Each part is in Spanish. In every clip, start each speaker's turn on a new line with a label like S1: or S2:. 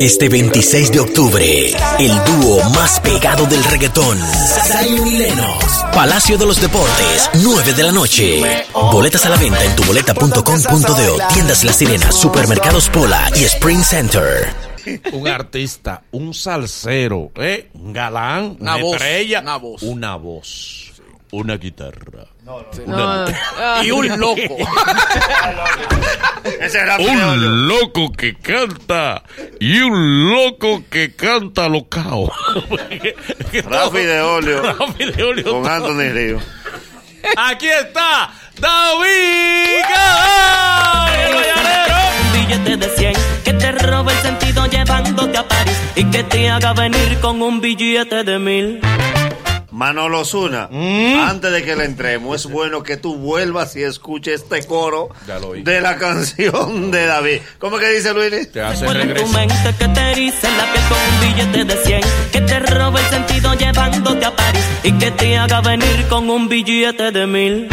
S1: Este 26 de octubre, el dúo más pegado del reggaetón, Zion y Lennox, Palacio de los Deportes, 9 de la noche. Boletas a la venta en tuboleta.com.de, tiendas La Sirena, supermercados Pola y Spring Center.
S2: Un artista, un salsero, ¿eh? un galán, una,
S3: Una voz,
S2: estrella,
S3: una voz.
S2: una voz, una guitarra.
S4: No, ah,
S3: Y un loco.
S5: Ese era feo.
S2: Un loco que canta y un loco que canta locao.
S5: Rafi de óleo
S2: Rafi de Olio.
S5: con Anthony Río.
S2: Aquí está David Caballero.
S6: Un billete de 100 que te roba el sentido llevándote a París y que te haga venir con un billete de mil.
S5: Manolo Zuna,
S2: Mm.
S5: antes de que le entremos, es bueno que tú vuelvas y escuches este coro
S2: Ya lo oí.
S5: de la canción de David. ¿Cómo que dice Luis?
S2: Te
S6: Se
S2: hace
S6: cuela en tu
S2: regreso.
S6: mente que te eriza en la piel con un billete de 100 que te roba el sentido llevándote a París y que te haga venir con un billete de mil.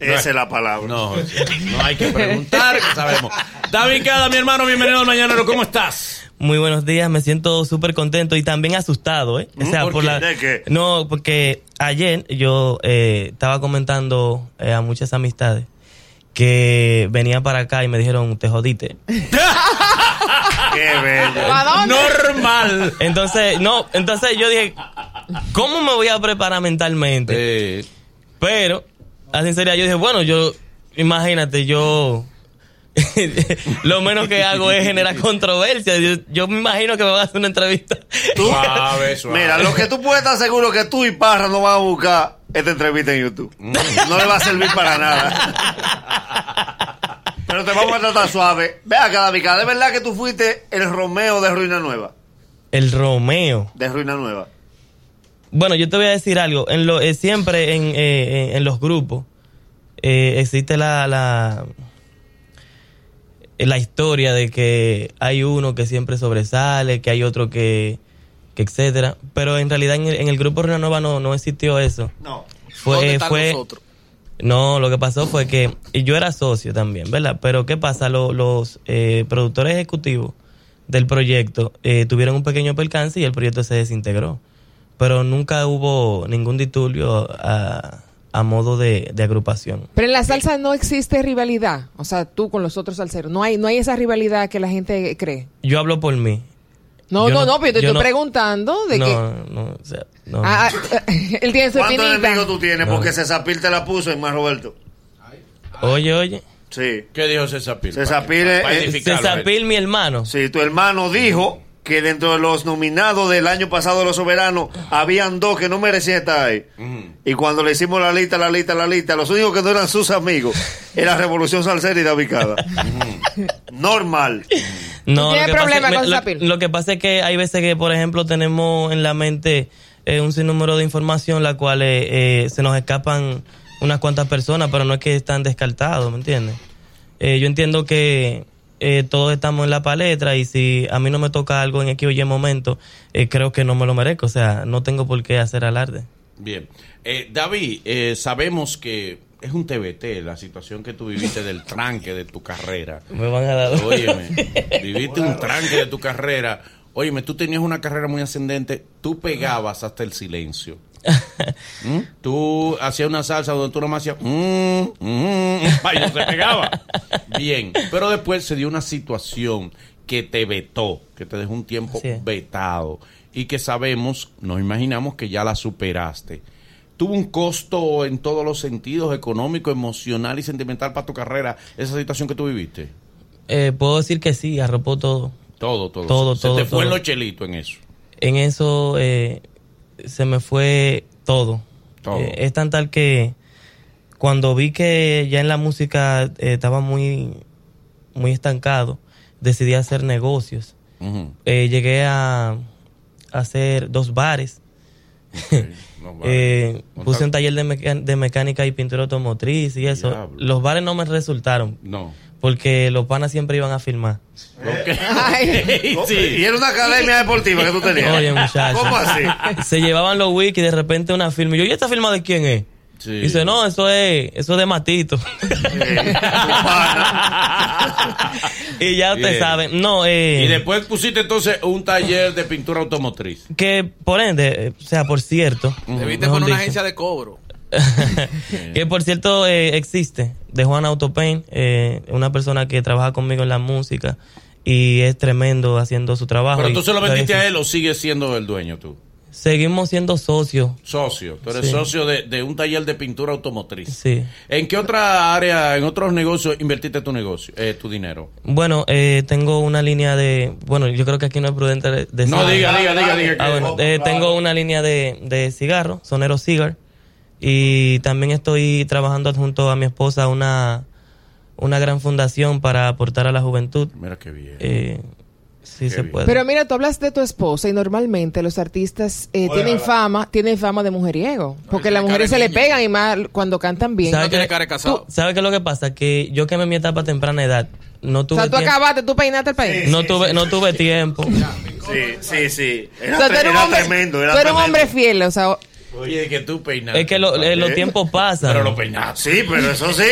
S5: Esa es la palabra.
S2: No, no hay que preguntar, que sabemos. David Cada, mi hermano, bienvenido al Mañanero, ¿cómo estás?
S6: Muy buenos días, me siento súper contento y también asustado, ¿eh? O sea,
S5: ¿Mm? ¿Por
S6: por,
S5: qué?
S6: la...
S5: ¿De qué?
S6: No, porque ayer yo eh, estaba comentando eh, a muchas amistades que venían para acá y me dijeron, te jodiste.
S5: Qué bello.
S4: ¿Para dónde?
S2: Normal.
S6: Entonces, no, entonces yo dije, ¿cómo me voy a preparar mentalmente?
S2: Eh,
S6: Pero, a sinceridad, yo dije, bueno, yo, imagínate, yo... lo menos que hago es generar controversia. Yo, yo me imagino que me van a hacer una entrevista.
S2: suave, suave.
S5: Mira, lo que tú puedes estar seguro es que tú y Parra no van a buscar esta entrevista en YouTube. No le va a servir para nada. Pero te vamos a tratar suave. Ve acá, David, Cada, ¿de verdad que tú fuiste el Romeo de Ruina Nueva?
S6: El Romeo.
S5: De Ruina Nueva.
S6: Bueno, yo te voy a decir algo. En lo, eh, siempre en, eh, eh, en los grupos eh, existe la, la, eh, la historia de que hay uno que siempre sobresale, que hay otro que, que etcétera. Pero en realidad en el, en el grupo Renova no, no existió eso.
S5: No.
S6: Fue,
S3: ¿Dónde
S6: eh,
S3: están
S6: fue-
S3: nosotros?
S6: no, lo que pasó fue que y yo era socio también, ¿verdad? Pero ¿qué pasa? Lo- los eh, productores ejecutivos del proyecto eh, tuvieron un pequeño percance y el proyecto se desintegró. Pero nunca hubo ningún disturbio a, a modo de, de agrupación.
S4: Pero en la salsa no existe rivalidad. O sea, tú con los otros salseros. No hay, no hay esa rivalidad que la gente cree.
S6: Yo hablo por mí.
S4: No,
S6: Yo
S4: no,
S6: no-
S4: no, pero yo te
S6: yo
S4: estoy
S6: no-
S4: preguntando de
S6: no,
S4: que.
S6: no, o sea, no.
S4: Ah, ah, él tiene su
S5: ¿Cuántos
S4: espinita.
S5: enemigos tú tienes?
S6: No.
S5: Porque Cesapil te la puso y más Roberto.
S6: Oye, oye.
S5: Sí.
S2: ¿Qué dijo César Pil?
S5: César Pil es-
S2: Para
S5: es-
S2: edificarlo,
S6: César
S2: eh.
S6: Pil, mi hermano.
S5: Sí, tu hermano dijo que dentro de los nominados del año pasado de los soberanos habían dos que no merecían estar ahí. Y cuando le hicimos la lista, la lista, la lista, los únicos que no eran sus amigos era Revolución Salsera y David Cada. Normal.
S6: No,
S4: ¿Tú
S6: lo
S4: tienes
S6: que
S4: problema
S6: pasa,
S4: con
S6: me- lo-
S4: Sapil?
S6: Lo, que pasa es que hay veces que, por ejemplo, tenemos en la mente eh, un sinnúmero de información, la cual eh, eh, se nos escapan unas cuantas personas, pero no es que están descartados, ¿me entiendes? Eh, yo entiendo que eh, todos estamos en la palestra y si a mí no me toca algo en X o Y momento, eh, creo que no me lo merezco, o sea, no tengo por qué hacer alarde.
S2: Bien. Eh, David, eh, sabemos que es un TBT la situación que tú viviste del tranque de tu carrera.
S6: Me van a dar...
S2: Óyeme, viviste un tranque de tu carrera. Óyeme, tú tenías una carrera muy ascendente, tú pegabas hasta el silencio. ¿Mm? Tú hacías una salsa donde tú nomás hacías... mm, mm, y no se pegaba. Bien, pero después se dio una situación que te vetó, que te dejó un tiempo
S6: Así es.
S2: vetado y que sabemos, nos imaginamos que ya la superaste. ¿Tuvo un costo en todos los sentidos, económico, emocional y sentimental para tu carrera esa situación que tú viviste?
S6: Eh, puedo decir que sí, arropó todo.
S2: Todo, todo.
S6: Todo,
S2: se, se
S6: todo,
S2: te fue
S6: todo.
S2: el chelito en eso.
S6: en eso eh, se me fue todo.
S2: Todo.
S6: Eh, es tan tal que cuando vi que ya en la música eh, estaba muy, muy estancado, decidí hacer negocios.
S2: Ujú.
S6: Eh, llegué a, a hacer dos bares.
S2: No, vale.
S6: Eh, puse un taller de, meca- de mecánica y pintura automotriz y eso.
S2: Diablo.
S6: Los bares no me resultaron
S2: No.
S6: porque los panas siempre iban a filmar.
S2: Ay, sí.
S5: Y era una academia deportiva que tú tenías.
S6: Oye, muchacho.
S5: ¿Cómo así?
S6: se llevaban los wikis y de repente una firma. Y yo, ¿y esta firma de quién es?
S2: Sí.
S6: Y dice, no, eso es, eso es de matito. y ya usted
S2: Bien.
S6: sabe. No, eh,
S2: Y después pusiste entonces un taller de pintura automotriz.
S6: que por ende, eh, o sea, por cierto.
S3: Te viste
S6: mejor
S3: con una
S6: dicho.
S3: agencia de cobro.
S6: que por cierto eh, existe, de Juan Autopain, eh, una persona que trabaja conmigo en la música y es tremendo haciendo su trabajo.
S2: Pero
S6: y
S2: tú se lo vendiste
S6: todavía
S2: a él o sigues siendo el dueño tú.
S6: Seguimos siendo socios.
S2: Socio. Tú eres
S6: Sí.
S2: socio de, de un taller de pintura automotriz.
S6: Sí.
S2: ¿En qué otra área, en otros negocios invertiste tu negocio, eh, tu dinero?
S6: Bueno, eh, tengo una línea de. Bueno, yo creo que aquí no es prudente de- decir.
S2: No, diga, diga, diga, diga. que-
S6: Ah, bueno, eh, tengo una línea de, de cigarro, Sonero Cigar. Y también estoy trabajando junto a mi esposa una, una gran fundación para aportar a la juventud.
S2: Mira qué bien.
S6: Eh, si se
S2: bien.
S6: puede.
S4: Pero mira, tú hablas de tu esposa y normalmente los artistas eh, tienen fama, tienen fama de mujeriego, porque
S3: tiene
S4: las mujeres se
S3: cara de
S4: le
S3: niño.
S4: pegan y más cuando cantan bien.
S6: ¿Sabe
S3: No
S6: qué?
S3: tiene cara de casado.
S6: ¿Sabe qué es lo que pasa? Que yo quemé mi etapa a temprana edad. No
S4: O
S6: tuve
S4: sea, tú
S6: tiempo.
S4: acabaste, tú peinaste el país.
S6: No tuve, no tuve tiempo.
S5: Sí, sí, sí.
S4: O
S5: Era,
S4: sea, tú
S5: tre-
S4: eres un
S5: era
S4: hombre,
S5: tremendo.
S4: tú
S5: Era
S4: eres un
S5: tremendo.
S4: hombre fiel, o sea,
S2: Oye, de que tú peinaste.
S6: Es que lo- eh, los tiempos pasan.
S2: Pero lo peinaste.
S5: Sí, pero eso sí.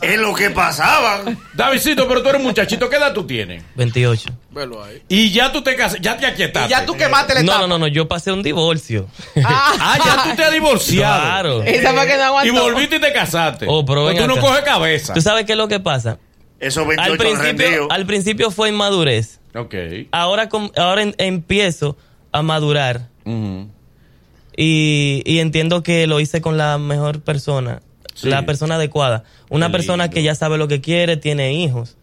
S5: es lo que pasaban.
S2: Davidcito, pero tú eres un muchachito, ¿qué edad tú tienes?
S6: 28.
S3: Velo ahí.
S2: Y ya tú te casas, ya te aquietaste.
S3: Y ya tú quemaste la etapa.
S6: No, no, no, no, yo pasé un divorcio.
S2: Ah, ya tú te has divorciado.
S6: Claro.
S4: esa fue que no
S2: Y
S4: aguantó.
S2: volviste y te casaste.
S6: Oh, pero ven
S2: tú no
S6: acá.
S2: coges cabeza.
S6: ¿Tú sabes qué es lo que pasa?
S5: Esos 28
S6: Al principio,
S5: rendidos.
S6: al principio fue inmadurez.
S2: Ok.
S6: Ahora, com- ahora en- empiezo a madurar.
S2: Ujú.
S6: Y, y entiendo que lo hice con la mejor persona,
S2: Sí.
S6: la persona adecuada. Una
S2: Qué
S6: persona
S2: lindo.
S6: que ya sabe lo que quiere, tiene hijos.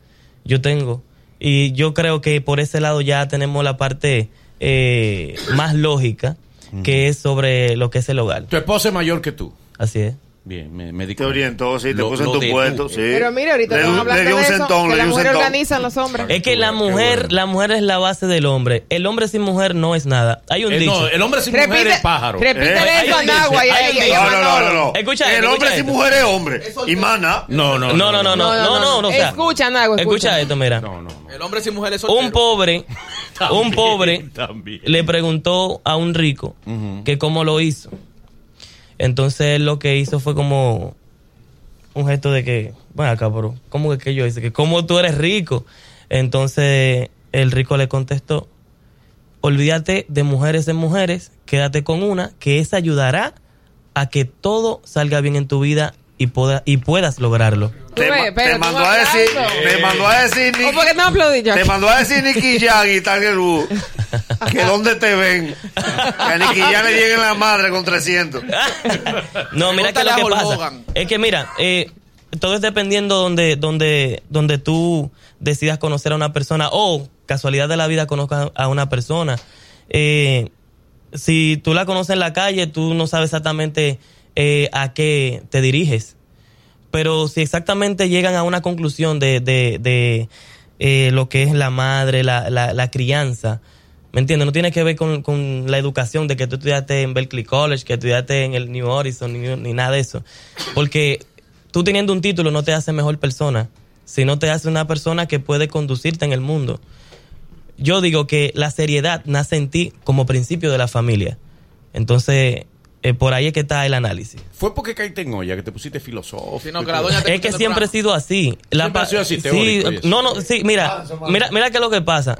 S6: Yo tengo. Y yo creo que por ese lado ya tenemos la parte eh, más lógica, que es sobre lo que es el hogar.
S2: Tu esposa es mayor que tú.
S6: Así es.
S2: Bien, me, me di
S5: Te
S2: cuenta.
S5: orientó, sí, te
S2: Lo-
S5: puso en
S2: lo de
S5: tu
S2: tú.
S5: puesto, sí.
S4: Pero mira, ahorita
S5: le,
S4: vamos a hablar
S5: le dio
S4: de
S5: un
S4: eso,
S5: centón,
S4: que
S5: le
S4: las
S5: dio un
S4: mujeres
S5: centón.
S4: organizan los hombres.
S6: Es que la
S2: bueno, qué
S6: mujer,
S2: bueno.
S6: la mujer es la base del hombre. El hombre sin mujer no es nada. Hay un
S2: Eh,
S6: dicho.
S2: no, el hombre sin mujer
S4: Repite,
S2: es pájaro.
S4: repítele
S6: Eh,
S4: eso a
S6: hay un
S4: Nagua y
S6: dicho, hay
S4: ahí-
S6: un
S4: ahí
S6: dicho.
S4: a
S5: No, no, no, no,
S4: Manolo.
S5: no.
S6: Escucha
S5: el
S6: esto,
S5: hombre
S6: escucha
S5: sin
S6: esto.
S5: mujer es hombre. Y mana.
S2: No, no,
S6: No, no, no, no, no, no, no, o sea,
S4: Escucha, Nagua, escucha.
S6: Escucha esto, mira.
S2: No, no, no.
S3: El hombre sin mujer es soltero.
S6: Un pobre, un pobre
S2: También.
S6: le preguntó a un rico que cómo lo hizo. Entonces él lo que hizo fue como un gesto de que, bueno, acá, bro, ¿cómo que, que yo hice? Que cómo tú eres rico. Entonces el rico le contestó, olvídate de mujeres en mujeres, quédate con una, que esa ayudará a que todo salga bien en tu vida y, poda- y puedas lograrlo.
S4: Tú
S5: Te,
S4: ves,
S5: ma-
S4: pero
S5: te
S4: tú
S5: mandó
S4: no
S5: a decir,
S4: hablas.
S5: te mandó a decir
S4: ¿O por qué
S5: Nicky,
S4: no aplaudí yo?
S5: te mandó a decir Nicky Jag y Tiger Woods que dónde te ven. Que a Nicky Jag le lleguen la madre con 300.
S6: No, mira que
S3: Pregúntale
S6: lo
S3: a
S6: que
S3: Hulk
S6: pasa.
S3: Hogan.
S6: Es que mira, eh, todo es dependiendo donde, donde, donde tú decidas conocer a una persona o casualidad de la vida conozcas a una persona. Eh, si tú la conoces en la calle, tú no sabes exactamente eh, a qué te diriges. Pero si exactamente llegan a una conclusión de, de, de, eh, lo que es la madre, la, la, la crianza, ¿me entiendes? No tiene que ver con, con la educación de que tú estudiaste en Berkeley College, que estudiaste en el New Horizon, ni, ni nada de eso. Porque tú teniendo un título no te hace mejor persona, sino te hace una persona que puede conducirte en el mundo. Yo digo que la seriedad nace en ti como principio de la familia. Entonces, eh, por ahí es que está el análisis.
S2: Fue porque caíste en olla, que te pusiste filosófico.
S3: Si no,
S2: y
S3: que la
S2: todo.
S3: doña te
S6: Es que
S3: escucha el
S6: siempre he
S3: programa.
S6: sido así. La
S2: Siempre
S6: pa-
S2: ha sido así,
S6: sí,
S2: teórico y eso.
S6: no, no, sí, mira, mira, mira qué es lo que pasa.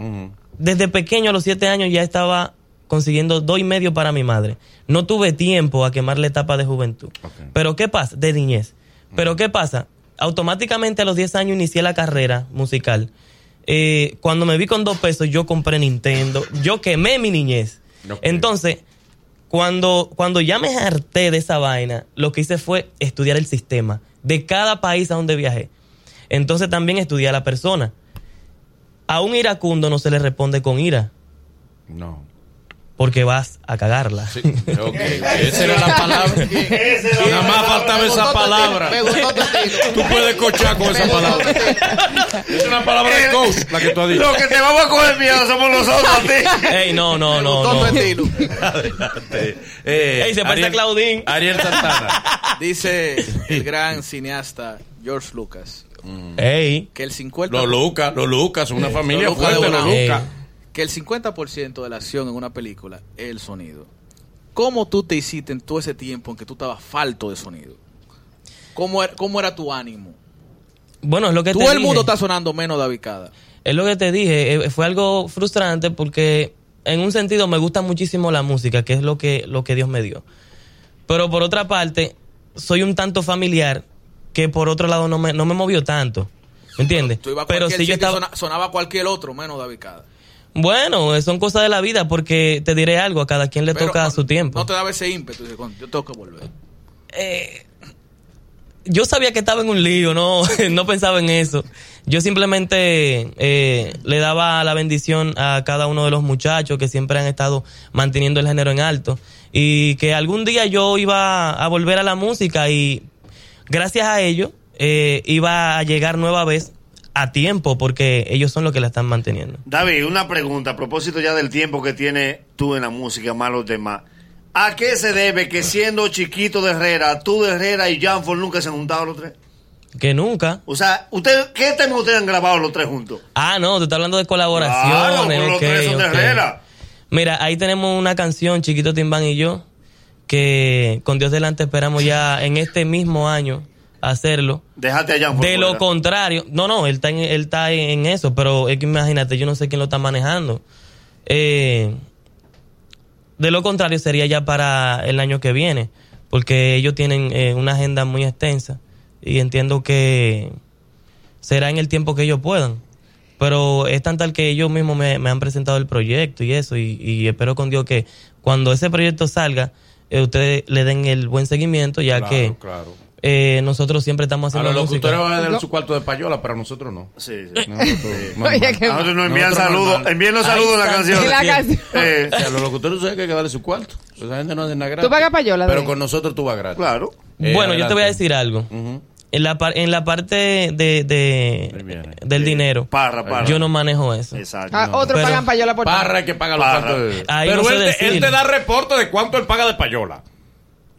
S6: Desde pequeño, a los siete años, ya estaba consiguiendo dos y medio para mi madre. No tuve tiempo a quemar la etapa de juventud. Pero ¿qué pasa? De niñez. Pero ¿qué pasa? Automáticamente a los 10 años inicié la carrera musical. Eh, cuando me vi con dos pesos, yo compré Nintendo. Yo quemé mi niñez.
S2: Ok.
S6: Entonces, cuando, cuando ya me harté de esa vaina, lo que hice fue estudiar el sistema de cada país a donde viajé. Entonces también estudié a la persona. A un iracundo no se le responde con ira,
S2: No.
S6: porque vas a cagarla.
S2: Sí, ok. Esa era la palabra. Nada más faltaba
S3: Me gustó
S2: esa
S3: tu
S2: palabra.
S3: estilo, Me gustó tu estilo.
S2: Tú puedes cochar con esa
S3: Me gustó
S2: palabra.
S3: tu estilo.
S2: Es una palabra de coach la que tú has dicho.
S5: Lo que te vamos a coger miedo somos nosotros a ti.
S6: Ey, no, no,
S3: Me
S6: no,
S3: gustó tu
S6: no.
S3: estilo.
S2: Adelante. Eh,
S6: Ey, se parece a Claudín.
S2: Ariel Santana.
S3: Dice el gran cineasta George Lucas
S6: Ey.
S3: que el 50
S2: Los Lucas, los Lucas, una familia
S3: Los Lucas
S2: fuerte,
S3: de
S2: los
S3: Bonao.
S2: Lucas.
S3: que el 50% de la acción en una película es el sonido. ¿Cómo tú te hiciste en todo ese tiempo en que tú estabas falto de sonido? ¿Cómo era, cómo era tu ánimo?
S6: Bueno, es lo que te
S3: Todo el
S6: dije.
S3: mundo está sonando menos David Cada.
S6: Es lo que te dije, eh, fue algo frustrante porque en un sentido me gusta muchísimo la música, que es lo que, lo que Dios me dio. Pero por otra parte, soy un tanto familiar que por otro lado no me, no me movió tanto. ¿Me entiendes?
S3: Tú ibas a
S6: Pero
S3: cualquier
S6: si yo
S3: sitio y
S6: estaba...
S3: sona- sonaba cualquier otro menos David Cada.
S6: Bueno, eh, son cosas de la vida porque te diré algo, a cada quien le
S3: Pero
S6: toca a
S3: no-
S6: su tiempo.
S3: No te daba ese ímpetu. dices, "Coño, yo tengo que volver.
S6: Eh, yo sabía que estaba en un lío, no, no pensaba en eso. Yo simplemente eh, le daba la bendición a cada uno de los muchachos que siempre han estado manteniendo el género en alto y que algún día yo iba a volver a la música y gracias a ello eh, iba a llegar nueva vez a tiempo porque ellos son los que la están manteniendo.
S5: David, una pregunta a propósito ya del tiempo que tienes tú en la música, más los demás. ¿A qué se debe que siendo chiquito de Herrera, tú de Herrera y Janford nunca se han juntado los tres?
S6: Que nunca.
S5: O sea, usted, ¿qué temas ustedes han grabado los tres juntos?
S6: Ah, no, tú estás hablando de
S5: Claro,
S6: colaboraciones.
S5: pero los
S6: ok,
S5: tres son de
S6: ok.
S5: Herrera.
S6: Mira, ahí tenemos una canción, Chiquito Timbán y yo, que con Dios delante esperamos ya en este mismo año hacerlo.
S5: Déjate a Janford.
S6: De lo
S5: fuera.
S6: contrario, no, no, él está en, él está en eso, pero es que imagínate, yo no sé quién lo está manejando. Eh, de lo contrario sería ya para el año que viene, porque ellos tienen eh, una agenda muy extensa y entiendo que será en el tiempo que ellos puedan. Pero es tan tal que ellos mismos me, me han presentado el proyecto y eso, y, y espero con Dios que cuando ese proyecto salga, eh, ustedes le den el buen seguimiento, ya
S2: Claro,
S6: que
S2: claro.
S6: eh, nosotros siempre estamos
S2: A
S6: haciendo
S2: los
S6: música.
S2: locutores van a dar
S4: No.
S2: su cuarto de payola, pero a nosotros no.
S5: Sí, sí.
S2: Eh, Nosotros,
S4: Oye,
S2: normal.
S4: qué-
S5: A nosotros nos envían
S2: Nosotros
S5: saludos.
S2: normal.
S5: Envíen los
S6: Ahí
S5: saludos en la
S6: está.
S5: canción.
S4: Y la canción.
S5: Eh,
S2: O sea, a los locutores ustedes que hay que darle su cuarto. Esa gente no hace nada gratis.
S4: Tú pagas payola,
S2: Pero
S4: David.
S2: con nosotros tú vas gratis.
S5: claro.
S2: Eh,
S6: bueno, yo te voy
S2: adelante.
S6: a decir algo. en, la par- en la parte de, de-
S2: Ahí viene.
S6: del dinero,
S5: Parra, parra.
S6: yo no manejo eso.
S5: Exacto.
S4: Ah, otro
S6: Pero-
S4: pagan payola por
S2: Parra es que paga los
S5: Parra.
S2: cuartos de-
S6: Ahí
S2: Pero
S6: no sé
S2: él, te, él
S6: decir.
S2: te da reporte de cuánto él paga de payola.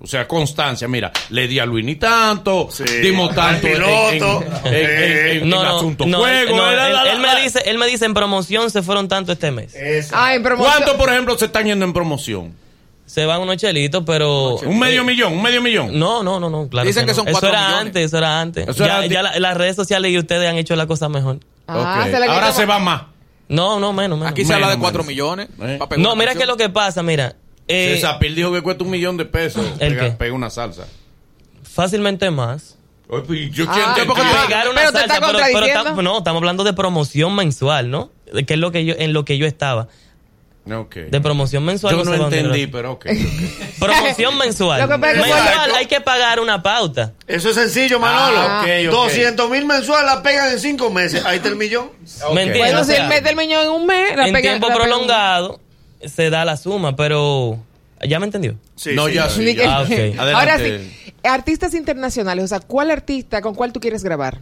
S2: O sea, constancia, mira, le di a Luini tanto,
S5: Sí.
S2: dimos tanto
S5: Al
S2: en-
S5: piloto.
S2: en, en- en- en- en
S6: No, no,
S2: asunto
S6: no,
S2: juego. eh,
S6: no, él,
S2: la, la, la,
S6: él me
S2: la. Eh.
S6: dice, él me dice en promoción se fueron tanto este mes.
S5: Exacto.
S4: Ah, en promoción.
S2: ¿Cuánto, por ejemplo, se están yendo en promoción?
S6: Se van unos chelitos, pero
S2: Un medio millón, un medio millón.
S6: no, no, no, no, claro.
S3: Dicen que
S6: no.
S3: son
S6: eso
S3: cuatro
S6: era
S3: millones.
S6: antes, eso era antes.
S2: Eso
S6: ya
S2: era antes.
S6: ya la- las redes sociales y ustedes han hecho la cosa mejor.
S4: Ah,
S2: Ok.
S4: se le quitó
S2: Ahora
S4: más.
S2: se va más.
S6: No, no, menos, menos.
S3: Aquí se habla de
S2: menos,
S3: 4
S2: menos.
S3: millones.
S2: Eh.
S3: pa' pegar
S6: no,
S3: una
S6: mira que
S3: canción.
S6: lo que pasa, mira. eh,
S2: César Pil dijo que cuesta un millón de pesos.
S6: ¿El
S2: Pega,
S6: qué?
S2: pega una salsa.
S6: fácilmente más.
S2: Oye, pues, Yo
S4: Ah,
S2: quiero
S4: porque
S2: entender-
S4: paga-
S6: pegar una
S4: pero te
S6: salsa,
S4: está
S6: pero- pero
S4: contradiciendo.
S6: tam- no, estamos hablando de promoción mensual, ¿no? De Que es lo que yo, en lo que yo estaba.
S2: Ok.
S6: De promoción mensual.
S2: Yo no
S6: sé dónde era.
S2: entendí, pero ok. ok.
S6: Promoción mensual.
S4: Lo que pasa es que
S6: mensual
S5: cuando-
S6: hay que pagar una pauta.
S5: Eso es sencillo, Manolo.
S2: Ah, ok, ok.
S5: 200 mil mensuales la pegan en cinco meses. Ahí está el millón.
S2: Ok.
S6: ¿Me entiendes?
S4: Bueno,
S6: O
S4: si
S6: sea,
S4: él mete el millón en un mes, la
S6: en
S4: pega-
S6: tiempo
S4: la pega-
S6: prolongado se da la suma, pero ya me entendió.
S5: Sí,
S2: no,
S5: sí.
S2: ya sí.
S4: Ni que-
S2: ya.
S6: Ah, ok.
S4: Ahora
S2: Adelante.
S4: sí, artistas internacionales, o sea, ¿cuál artista, con cuál tú quieres grabar?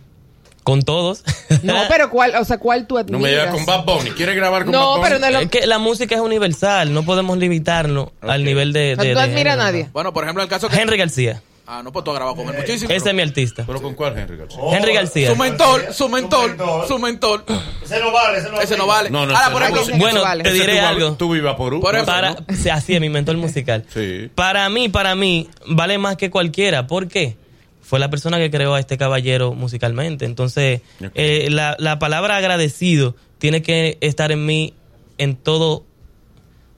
S6: Con todos.
S4: No, pero cuál, o sea, ¿cuál tú
S2: No
S4: admiras?
S2: me digas con Bad Bunny. ¿Quieres grabar con Bad
S4: No,
S2: Bunny?
S4: pero no es lo
S6: Es que la música es universal, no podemos limitarlo al nivel de.
S4: No,
S6: de-
S4: no
S6: de
S4: admira
S6: género,
S4: a nadie.
S3: Bueno, por ejemplo, el caso
S6: ¿no?
S3: que.
S6: Henry García.
S3: Ah, no, pues tú has grabado con él muchísimo.
S6: Ese es mi artista.
S2: ¿Pero con cuál, Henry García?
S6: Henry García.
S3: Su mentor, su mentor, su mentor.
S5: Ese no vale, ese no vale.
S3: Ese no vale.
S2: No, no,
S3: Ahora,
S2: ese
S3: por
S2: no
S3: ejemplo,
S4: vale.
S6: Bueno,
S4: Vale.
S6: te
S2: Ese
S6: diré
S2: tú,
S6: algo.
S2: Tú viva por
S3: Por ejemplo,
S6: Para,
S2: ¿no?
S6: sí, así es mi mentor musical.
S2: Sí.
S6: Para mí, para mí, vale más que cualquiera. ¿Por qué? Fue la persona que creó a este caballero musicalmente. Entonces,
S2: Ok.
S6: eh, la, la palabra agradecido tiene que estar en mí en todo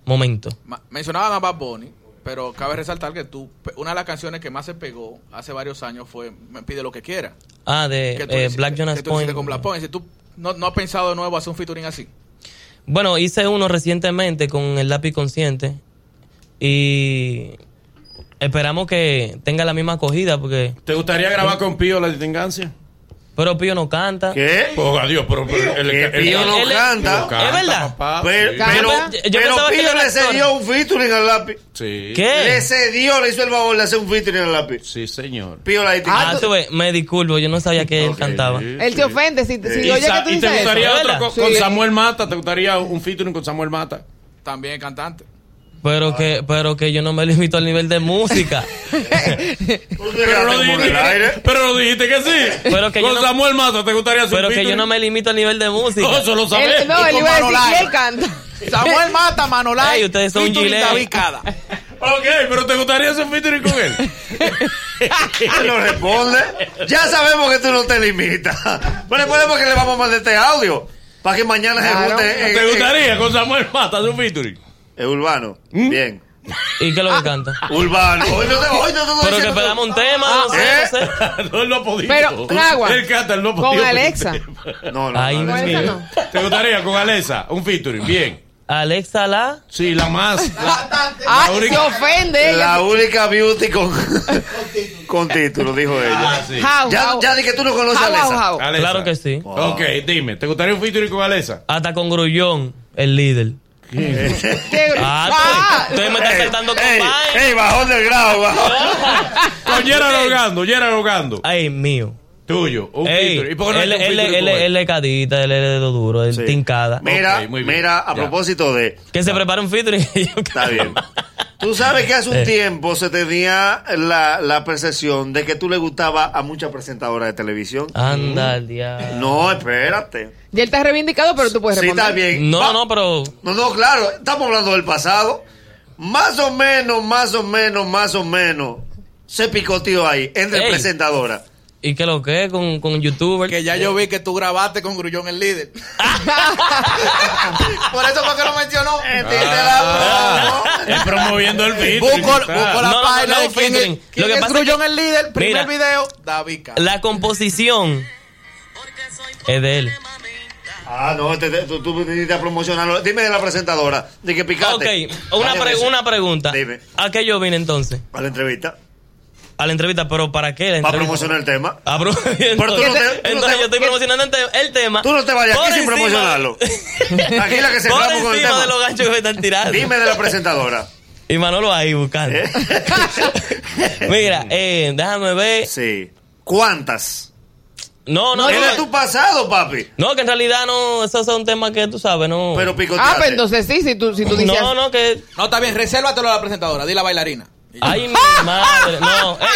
S6: momento.
S3: ma- mencionaban a Bad Bunny, pero cabe resaltar que tú, pe- una de las canciones que más se pegó hace varios años fue Me pide lo que quiera.
S6: Ah, de
S3: Que tú
S6: eh,
S3: hiciste-
S6: Black
S3: que
S6: Jonas
S3: tú hiciste
S6: Point.
S3: con Black Point. Si tú no, no has pensado de nuevo hacer un featuring así.
S6: Bueno, hice uno recientemente con el lápiz consciente y esperamos que tenga la misma acogida porque...
S2: ¿Te gustaría grabar con Pío la distingancia?
S6: Pero Pío no canta.
S5: ¿Qué?
S2: Oh, adiós, pero, pero el,
S5: Que
S2: el-
S5: Pío
S2: el-
S5: no
S6: él-
S5: canta. Pues,
S6: Él- ¿Es verdad?
S2: papá,
S5: Pero,
S2: Ah, sí.
S5: pero,
S4: Canta.
S6: Yo
S5: pero
S6: pensaba que
S5: Pío
S6: era
S5: le
S6: actor.
S5: cedió un featuring al lápiz.
S2: Sí.
S6: ¿Qué?
S5: Le cedió, le hizo el favor de hacer un featuring al lápiz.
S2: Sí, señor.
S5: Pío la distinguió.
S6: Ah, tú ves, me disculpo, yo no sabía que él
S2: Ok,
S6: cantaba.
S2: sí,
S4: Él
S2: sí.
S4: se ofende si, si
S2: ¿Y,
S4: oye que
S2: sa-
S4: tú
S2: y te
S4: dices
S2: gustaría
S4: eso.
S2: otro
S6: ¿verdad?
S2: con, con
S4: Sí.
S2: Samuel Mata? ¿Te gustaría un featuring con Samuel Mata?
S3: También cantante.
S6: Pero que, pero que yo no me limito al nivel de música.
S5: Tú te quedaste como en el aire.
S2: pero lo dijiste que sí.
S6: Pero que yo
S2: con
S6: no-
S2: Samuel Mata, ¿te gustaría hacer
S6: pero
S2: un
S6: que yo no me limito al nivel de música.
S2: No, Oh, eso lo sabes.
S4: Él- no,
S3: Y
S4: él
S3: con
S4: iba a decir
S3: Manolay.
S4: que él canta.
S3: Samuel Mata, Manolay.
S6: Ey, ustedes son
S3: featuring
S6: Gillette.
S3: David Cada.
S2: Ok, pero ¿te gustaría hacer featuring con él?
S5: Él Ah, no responde. Ya sabemos que tú no te limitas. Pero después porque le vamos a mandar este audio. Para que mañana se
S4: Claro.
S5: junte en-
S2: ¿Te
S5: en-
S2: gustaría con Samuel Mata hacer un featuring?
S5: en urbano.
S6: ¿Mm?
S5: Bien.
S6: ¿Y qué es
S2: Ah,
S6: lo que canta?
S5: Urbano. Hoy no te, hoy no te estoy
S6: Pero que
S5: diciendo
S6: pedamos un tema,
S2: Ah,
S6: no sé,
S2: eh.
S6: no sé.
S2: no, él no ha podido.
S4: Pero, Nagua,
S2: Él canta, él no ha
S4: con
S2: podido.
S4: Alexa.
S5: que- No, no.
S6: Ay,
S5: no,
S4: No,
S5: no.
S4: esa
S6: mío.
S4: no.
S2: ¿Te gustaría con Alexa un featuring? Bien.
S6: Alexa la.
S2: Sí, la más.
S4: Ah, se
S2: única-
S4: ofende ella.
S5: La única beauty con, con título, dijo ella.
S2: Ah, sí.
S4: How,
S5: Ya,
S4: how.
S5: ya di que tú no conoces a
S4: How, how,
S5: Alexa.
S4: how.
S2: Alexa.
S6: Claro que sí.
S2: Ok, dime, ¿te gustaría un featuring con Alexa?
S6: Hasta con Grullón, el líder.
S4: Qué gr-
S6: Ah,
S4: Ah,
S6: estoy me está saltando con
S5: ey,
S6: Vine.
S5: ey, bajón del grado, bajón.
S2: Con Gerard Hogando, Gerard Hogando.
S6: Ay, mío.
S2: Tuyo, un
S6: Ey,
S2: featuring. ¿Y por qué no
S6: él,
S2: hay un
S6: él-
S2: featuring
S6: él-
S2: con él?
S6: él es cadita, él es de lo duro, él
S5: Sí.
S6: tincada.
S5: Mira,
S2: Ok, muy bien.
S5: mira, a
S2: Ya.
S5: propósito de.
S6: Que se prepare un featuring. Está
S5: Está bien. Tú sabes que hace un tiempo se tenía la, la percepción de que tú le gustaba a muchas presentadoras de televisión.
S6: Ah. Anda, el diablo.
S5: No, espérate.
S4: Y él está reivindicado, pero tú
S3: Pues
S4: puedes
S5: Sí, está
S4: responder.
S5: bien. Va-
S6: No, no, pero.
S5: No, no, claro, estamos hablando del pasado. Más o menos, más o menos, más o menos. Se picoteó ahí, entre
S6: Ey.
S5: presentadoras.
S6: ¿Y qué lo que es con, con youtuber?
S3: Que ya yo vi que tú grabaste con Grullón el líder. Por eso fue que lo mencionó.
S5: Este es la
S2: Ah, él promoviendo el featuring.
S3: Busco, busco
S2: está.
S3: la
S6: No, no,
S3: página
S6: no,
S3: de quién
S6: featuring.
S3: es, quién
S6: Lo que
S3: es
S6: pasa es
S3: Grullón
S6: que-
S3: el líder. Primer
S6: Mira.
S3: video, David Castro.
S6: La composición es de él.
S5: Ah, no, te- te- tú, tú viniste a promocionarlo. Dime de la presentadora, de que picaste.
S6: Ok, una,
S5: Varias
S6: pre-
S5: veces.
S6: una pregunta.
S5: Dime.
S6: ¿A qué yo vine entonces?
S5: A la entrevista.
S6: A la entrevista, pero ¿para qué la
S5: Para
S6: entrevista?
S5: promocionar el tema.
S6: Ah, pero-
S5: Pero tú no te-
S6: entonces,
S5: tú no
S6: entonces
S5: te-
S6: yo estoy promocionando el te- el tema.
S5: Tú no te vayas
S6: por
S5: aquí sin
S6: encima-
S5: promocionarlo. Aquí la que se
S6: Por
S5: clama con el
S6: encima
S5: tema.
S6: de los ganchos que me están tirando.
S5: Dime Eh. de la presentadora.
S6: Y Manolo ahí buscando. Mira, eh, déjame ver.
S5: Sí. ¿Cuántas?
S6: No, no,
S5: es de
S6: no.
S5: tu pasado, papi.
S6: No, que en realidad no, esos son temas que tú sabes, no.
S5: Pero picoteaste.
S4: Ah, pero entonces sí, si tú, si tú dices.
S6: no, no, que.
S3: No, está bien, resérvatelo a la presentadora, di la bailarina.
S6: Ay, mi
S5: ¡Ah!
S6: madre. No, ey,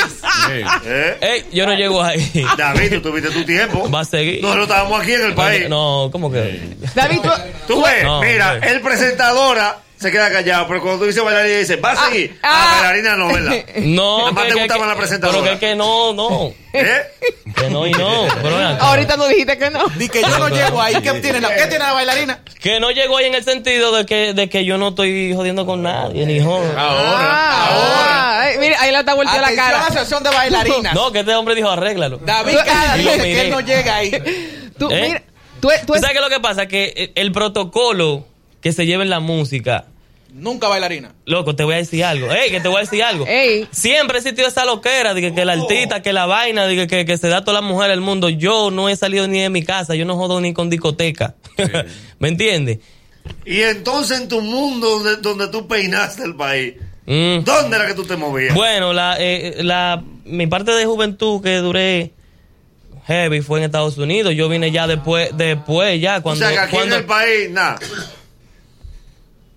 S2: Sí.
S5: ¿Eh?
S6: ey, yo no llego ahí.
S5: David, tú tuviste tu tiempo.
S6: Va a seguir.
S5: Nosotros estábamos aquí en el país.
S6: No, ¿cómo que?
S4: David, tú-
S5: Tú ves,
S6: No,
S5: mira,
S6: hombre.
S5: el presentadora se queda callado, pero cuando tú dices bailarina, dice, va a seguir.
S4: ah.
S5: Ah, bailarina no, ¿verdad?
S6: No,
S5: Nada más
S6: que-
S5: te
S6: que-
S5: gustaba
S6: que-
S5: la presentadora.
S6: Pero que, que no, no.
S5: ¿Eh?
S6: Que no y no. Pero ven acá.
S4: ahorita no dijiste que no.
S3: Di que yo no llego ahí. ¿Qué tiene la, qué tiene la bailarina?
S6: Que no llego ahí en el sentido de que, de que yo no estoy jodiendo con nadie, ni joder.
S2: Ahora,
S4: Ah, ay, mira, ahí la está volteando la
S3: Atención a la
S4: cara.
S3: sección de bailarinas.
S6: No, que este hombre dijo arréglalo.
S3: David
S4: Tú-
S6: Yo
S3: Castro dice
S6: miré.
S3: que él no llega ahí.
S4: Tú,
S6: ¿Eh?
S4: mira, tú, e- tú
S6: ¿Tú
S4: es-
S6: ¿Sabes qué es lo que pasa? Que eh, el protocolo que se lleva en la música.
S3: Nunca bailarina.
S6: Loco, te voy a decir algo. Ey, que te voy a decir algo.
S4: Ey.
S6: Siempre ha existido esa loquera de que, que la artista, que la vaina, de que, que, que se da a toda la mujer del mundo. Yo no he salido ni de mi casa, yo no jodo ni con discoteca. ¿Me entiendes?
S5: Y entonces en tu mundo donde, donde tú peinaste el país,
S6: Mm.
S5: ¿dónde era que tú te movías?
S6: Bueno, la, eh, la, mi parte de juventud que duré heavy fue en Estados Unidos. Yo vine ya después, después ya
S5: o
S6: cuando...
S5: sea, que aquí
S6: cuando-
S5: en el país, nada.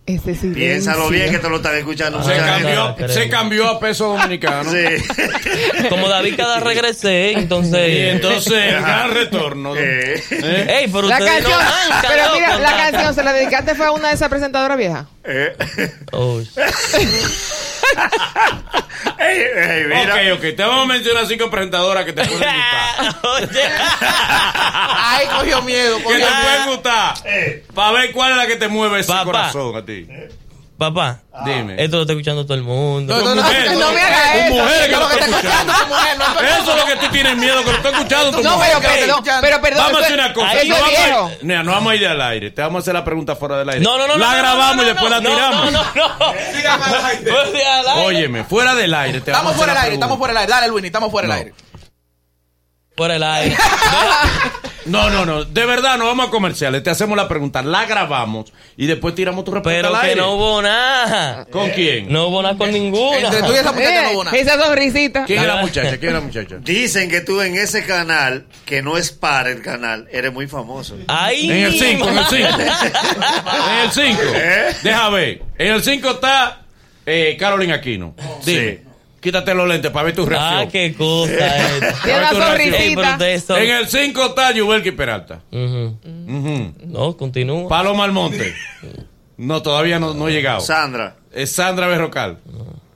S4: Ese silencio.
S5: Piénsalo bien que te lo están escuchando.
S6: Ah,
S2: se
S5: mucha gente.
S2: cambió,
S6: creo.
S2: se cambió a peso dominicano.
S5: Sí.
S6: como David cada regresé, entonces...
S2: Y entonces, el gran retorno.
S5: Eh,
S2: ¿Eh?
S6: Ey, pero
S4: La
S6: ustedes
S4: canción.
S6: no mancan,
S4: pero
S6: loco,
S4: mira, la
S6: nada.
S4: canción se la dedicaste fue a una de esas presentadoras viejas.
S5: eh.
S6: Oh,
S5: Ey, ey, mira.
S2: Ok, ok, te vamos a mencionar cinco presentadoras que te pueden gustar.
S6: Oye.
S3: Ahí cogió miedo.
S2: Que te
S3: Cogió
S2: pueden
S3: miedo.
S2: gustar.
S5: Eh.
S2: Para ver cuál es la que te mueve ese
S6: Papá.
S2: corazón a ti.
S6: Papá,
S2: Dime.
S6: esto lo está escuchando todo el mundo.
S3: No, no, no,
S2: mujer,
S4: no me hagas
S2: con
S4: eso.
S2: mujeres que
S3: Yo
S2: lo
S3: lo que
S2: están
S3: está escuchando
S2: escuchando.
S3: tu mujer, no es
S2: Eso es lo que tú tienes miedo, que lo estás escuchando tu
S4: No,
S2: mujer.
S4: pero, pero,
S2: Ok.
S4: no, pero perdón. pues,
S2: Vamos a
S4: eso
S2: hacer
S4: es-
S2: una cosa.
S4: eso
S2: No
S4: es
S2: vamos,
S4: viejo.
S2: a, Mira, no vamos a ir al aire. Te vamos a hacer la pregunta fuera del aire.
S6: No, no, no.
S2: La
S6: no, no,
S2: grabamos
S6: no,
S2: y
S6: no,
S2: después la
S6: no,
S2: tiramos.
S6: No, no, no. Pues de al aire.
S2: Óyeme, fuera del aire. Te
S3: Estamos
S2: vamos a hacer
S3: fuera del
S2: la
S3: aire,
S2: pregunta.
S3: estamos fuera del aire. Dale, Luini, estamos fuera del
S2: No.
S3: aire.
S6: Por el aire.
S2: No, no, no. De verdad, no vamos a comerciales. Te hacemos la pregunta, la grabamos y después tiramos tu respuesta
S6: Pero
S2: al
S6: que
S2: aire.
S6: no hubo nada.
S2: ¿Con quién?
S6: No hubo nada con
S3: Entre tú y
S6: ninguna.
S3: esa muchacha no
S4: Eh,
S3: hubo nada.
S4: esa sonrisita.
S2: ¿Quién es la muchacha? ¿Quién es la muchacha?
S5: Dicen que tú en ese canal, que no es para el canal, eres muy famoso.
S6: Ay,
S2: En el 5, en el 5. En el 5.
S5: ¿Eh?
S2: Deja ver. En el 5 está eh, Carolina Aquino. Dime.
S5: Sí.
S2: Quítate los lentes para ver tu
S6: Ah,
S2: reacción.
S6: qué cosa esta.
S4: Tiene una
S2: Ahora tú la
S4: sonrisita.
S6: Ey, pero ustedes son-
S2: En el 5 está Yubelki Peralta.
S6: Ujú.
S2: Ujú.
S6: No, continúa.
S2: Paloma Almonte. No, todavía no, no he llegado.
S5: Sandra.
S2: Eh, Sandra Berrocal.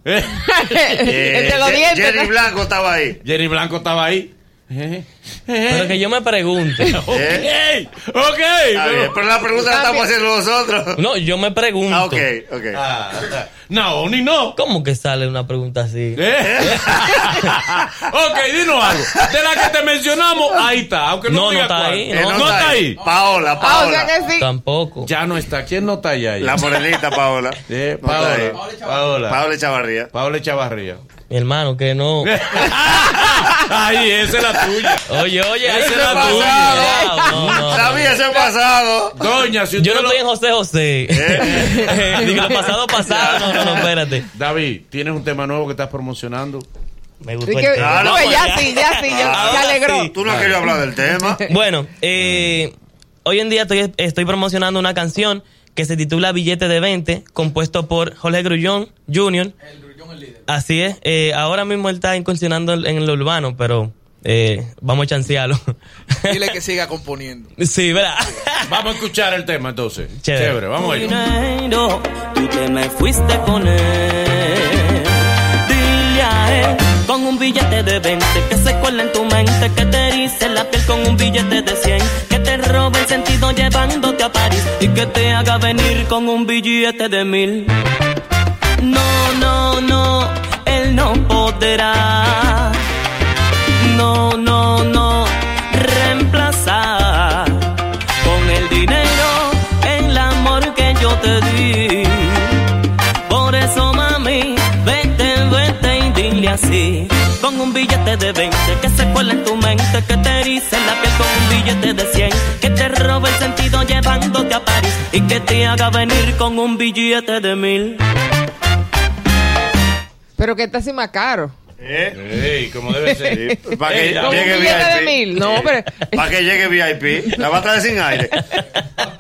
S4: Entre
S5: Eh,
S4: los
S5: Ye-
S4: dientes.
S5: Jerry Blanco estaba ahí.
S2: Jerry Blanco estaba ahí. Eh, eh,
S6: Pero que yo me pregunto.
S2: ok,
S5: ¿Eh?
S2: ok.
S5: Está bien, pero la pregunta la estamos haciendo nosotros.
S6: No, yo me pregunto.
S5: Ah, ok, ok.
S2: Ah, no, ni no.
S6: ¿Cómo que sale una pregunta así?
S2: Eh. ok, dinos algo. De la que te mencionamos, ahí está. Aunque no,
S6: No, no
S2: diga
S6: está
S2: cuál.
S6: ahí,
S5: Eh,
S2: no, está ahí.
S5: Paola,
S4: Ah, o sea
S5: Paola.
S4: que sí.
S6: Tampoco.
S2: Ya no está. ¿Quién no está ahí? ahí?
S5: La morenita, Paola.
S2: Eh,
S5: No está
S2: Paola.
S5: ahí.
S2: Paola. Paola.
S5: Paola Chavarría.
S2: Chavarría.
S6: Mi hermano, que no.
S2: Ahí, esa es la tuya.
S6: Oye, oye, ahí
S2: Ese
S6: se la
S2: pasado.
S6: tuya. No, no, no.
S5: Sabía ese pasado.
S2: Doña, si usted
S6: Yo no
S2: lo-
S6: estoy en José José. Digo, lo pasado, pasado. No, no, no, espérate.
S2: David, tienes un tema nuevo que estás promocionando.
S6: Me
S4: Y
S6: gustó
S4: que-
S6: el tema.
S5: Claro,
S4: pues
S5: pues
S4: ya
S6: ya.
S4: sí, ya sí, ya, se
S6: Ahora
S4: alegró.
S6: sí.
S5: Tú no has querido hablar del tema.
S6: Bueno, eh, hoy en día estoy, estoy promocionando una canción que se titula Billete de 20, compuesto por Jorge Grullón Jr.
S3: El grullón el líder.
S6: Así es, eh, ahora mismo él está incursionando en- en lo urbano, pero eh, vamos a chancearlo.
S3: Dile que siga componiendo.
S6: sí, ¿verdad?
S2: Vamos a escuchar el tema entonces. Chévere,
S6: Chévere.
S2: vamos a ir.
S7: dinero, tú te me fuiste con él. Dile a él con un billete de 20 que se cuela en tu mente, que te dice la piel con un billete de 100, que te robe el sentido llevándote a París y que te haga venir con un billete de mil. No, no, no, él no podrá. No, no, no, reemplazar con el dinero el amor que yo te di. Por eso, mami, vete, vete y dile así. Con un billete de 20 que se cuela en tu mente, que te erice la piel con un billete de 100, que te robe el sentido llevándote a París y que te haga venir con un billete de mil.
S4: Pero que está así más caro.
S5: ¿Eh?
S2: Ey, como debe ser.
S5: Para Eh, que
S2: Ey, ya.
S4: Con un
S5: llegue
S4: billete de
S5: VIP.
S4: mil. No, pero-
S5: Para que llegue VIP. La va a traer sin aire.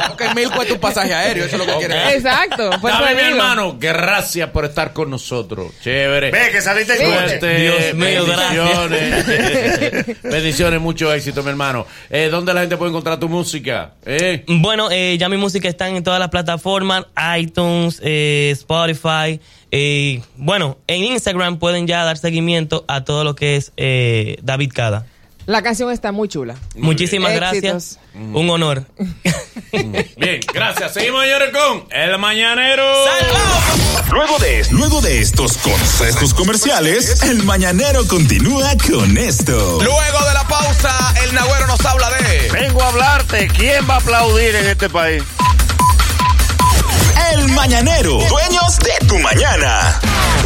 S3: Porque mil cuesta un pasaje aéreo, eso es lo que quiere.
S4: Exacto.
S5: Pues
S4: por eso
S2: David, mi
S4: digo.
S2: hermano, gracias por estar con nosotros. Chévere.
S5: Ve que saliste en coche.
S2: Suerte, eh,
S6: Dios mío,
S2: bendiciones, bendiciones, mucho éxito, mi hermano. Eh, ¿Dónde la gente puede encontrar tu música? ¿Eh?
S6: Bueno, eh, ya mi música está en todas las plataformas, iTunes, eh, Spotify. eh, bueno, en Instagram pueden ya dar seguimiento a todo lo que es eh, David Cada.
S4: La canción está muy chula.
S6: Muchísimas
S4: bien.
S6: gracias. Un honor.
S2: Bien, gracias. Seguimos, señores, con El Mañanero.
S8: Luego de, es- luego de estos consejos comerciales, el mañanero continúa con esto.
S9: Luego de la pausa, el Nagüero nos habla de.
S5: Vengo a hablarte. ¿Quién va a aplaudir en este país?
S8: El mañanero, dueños de tu mañana.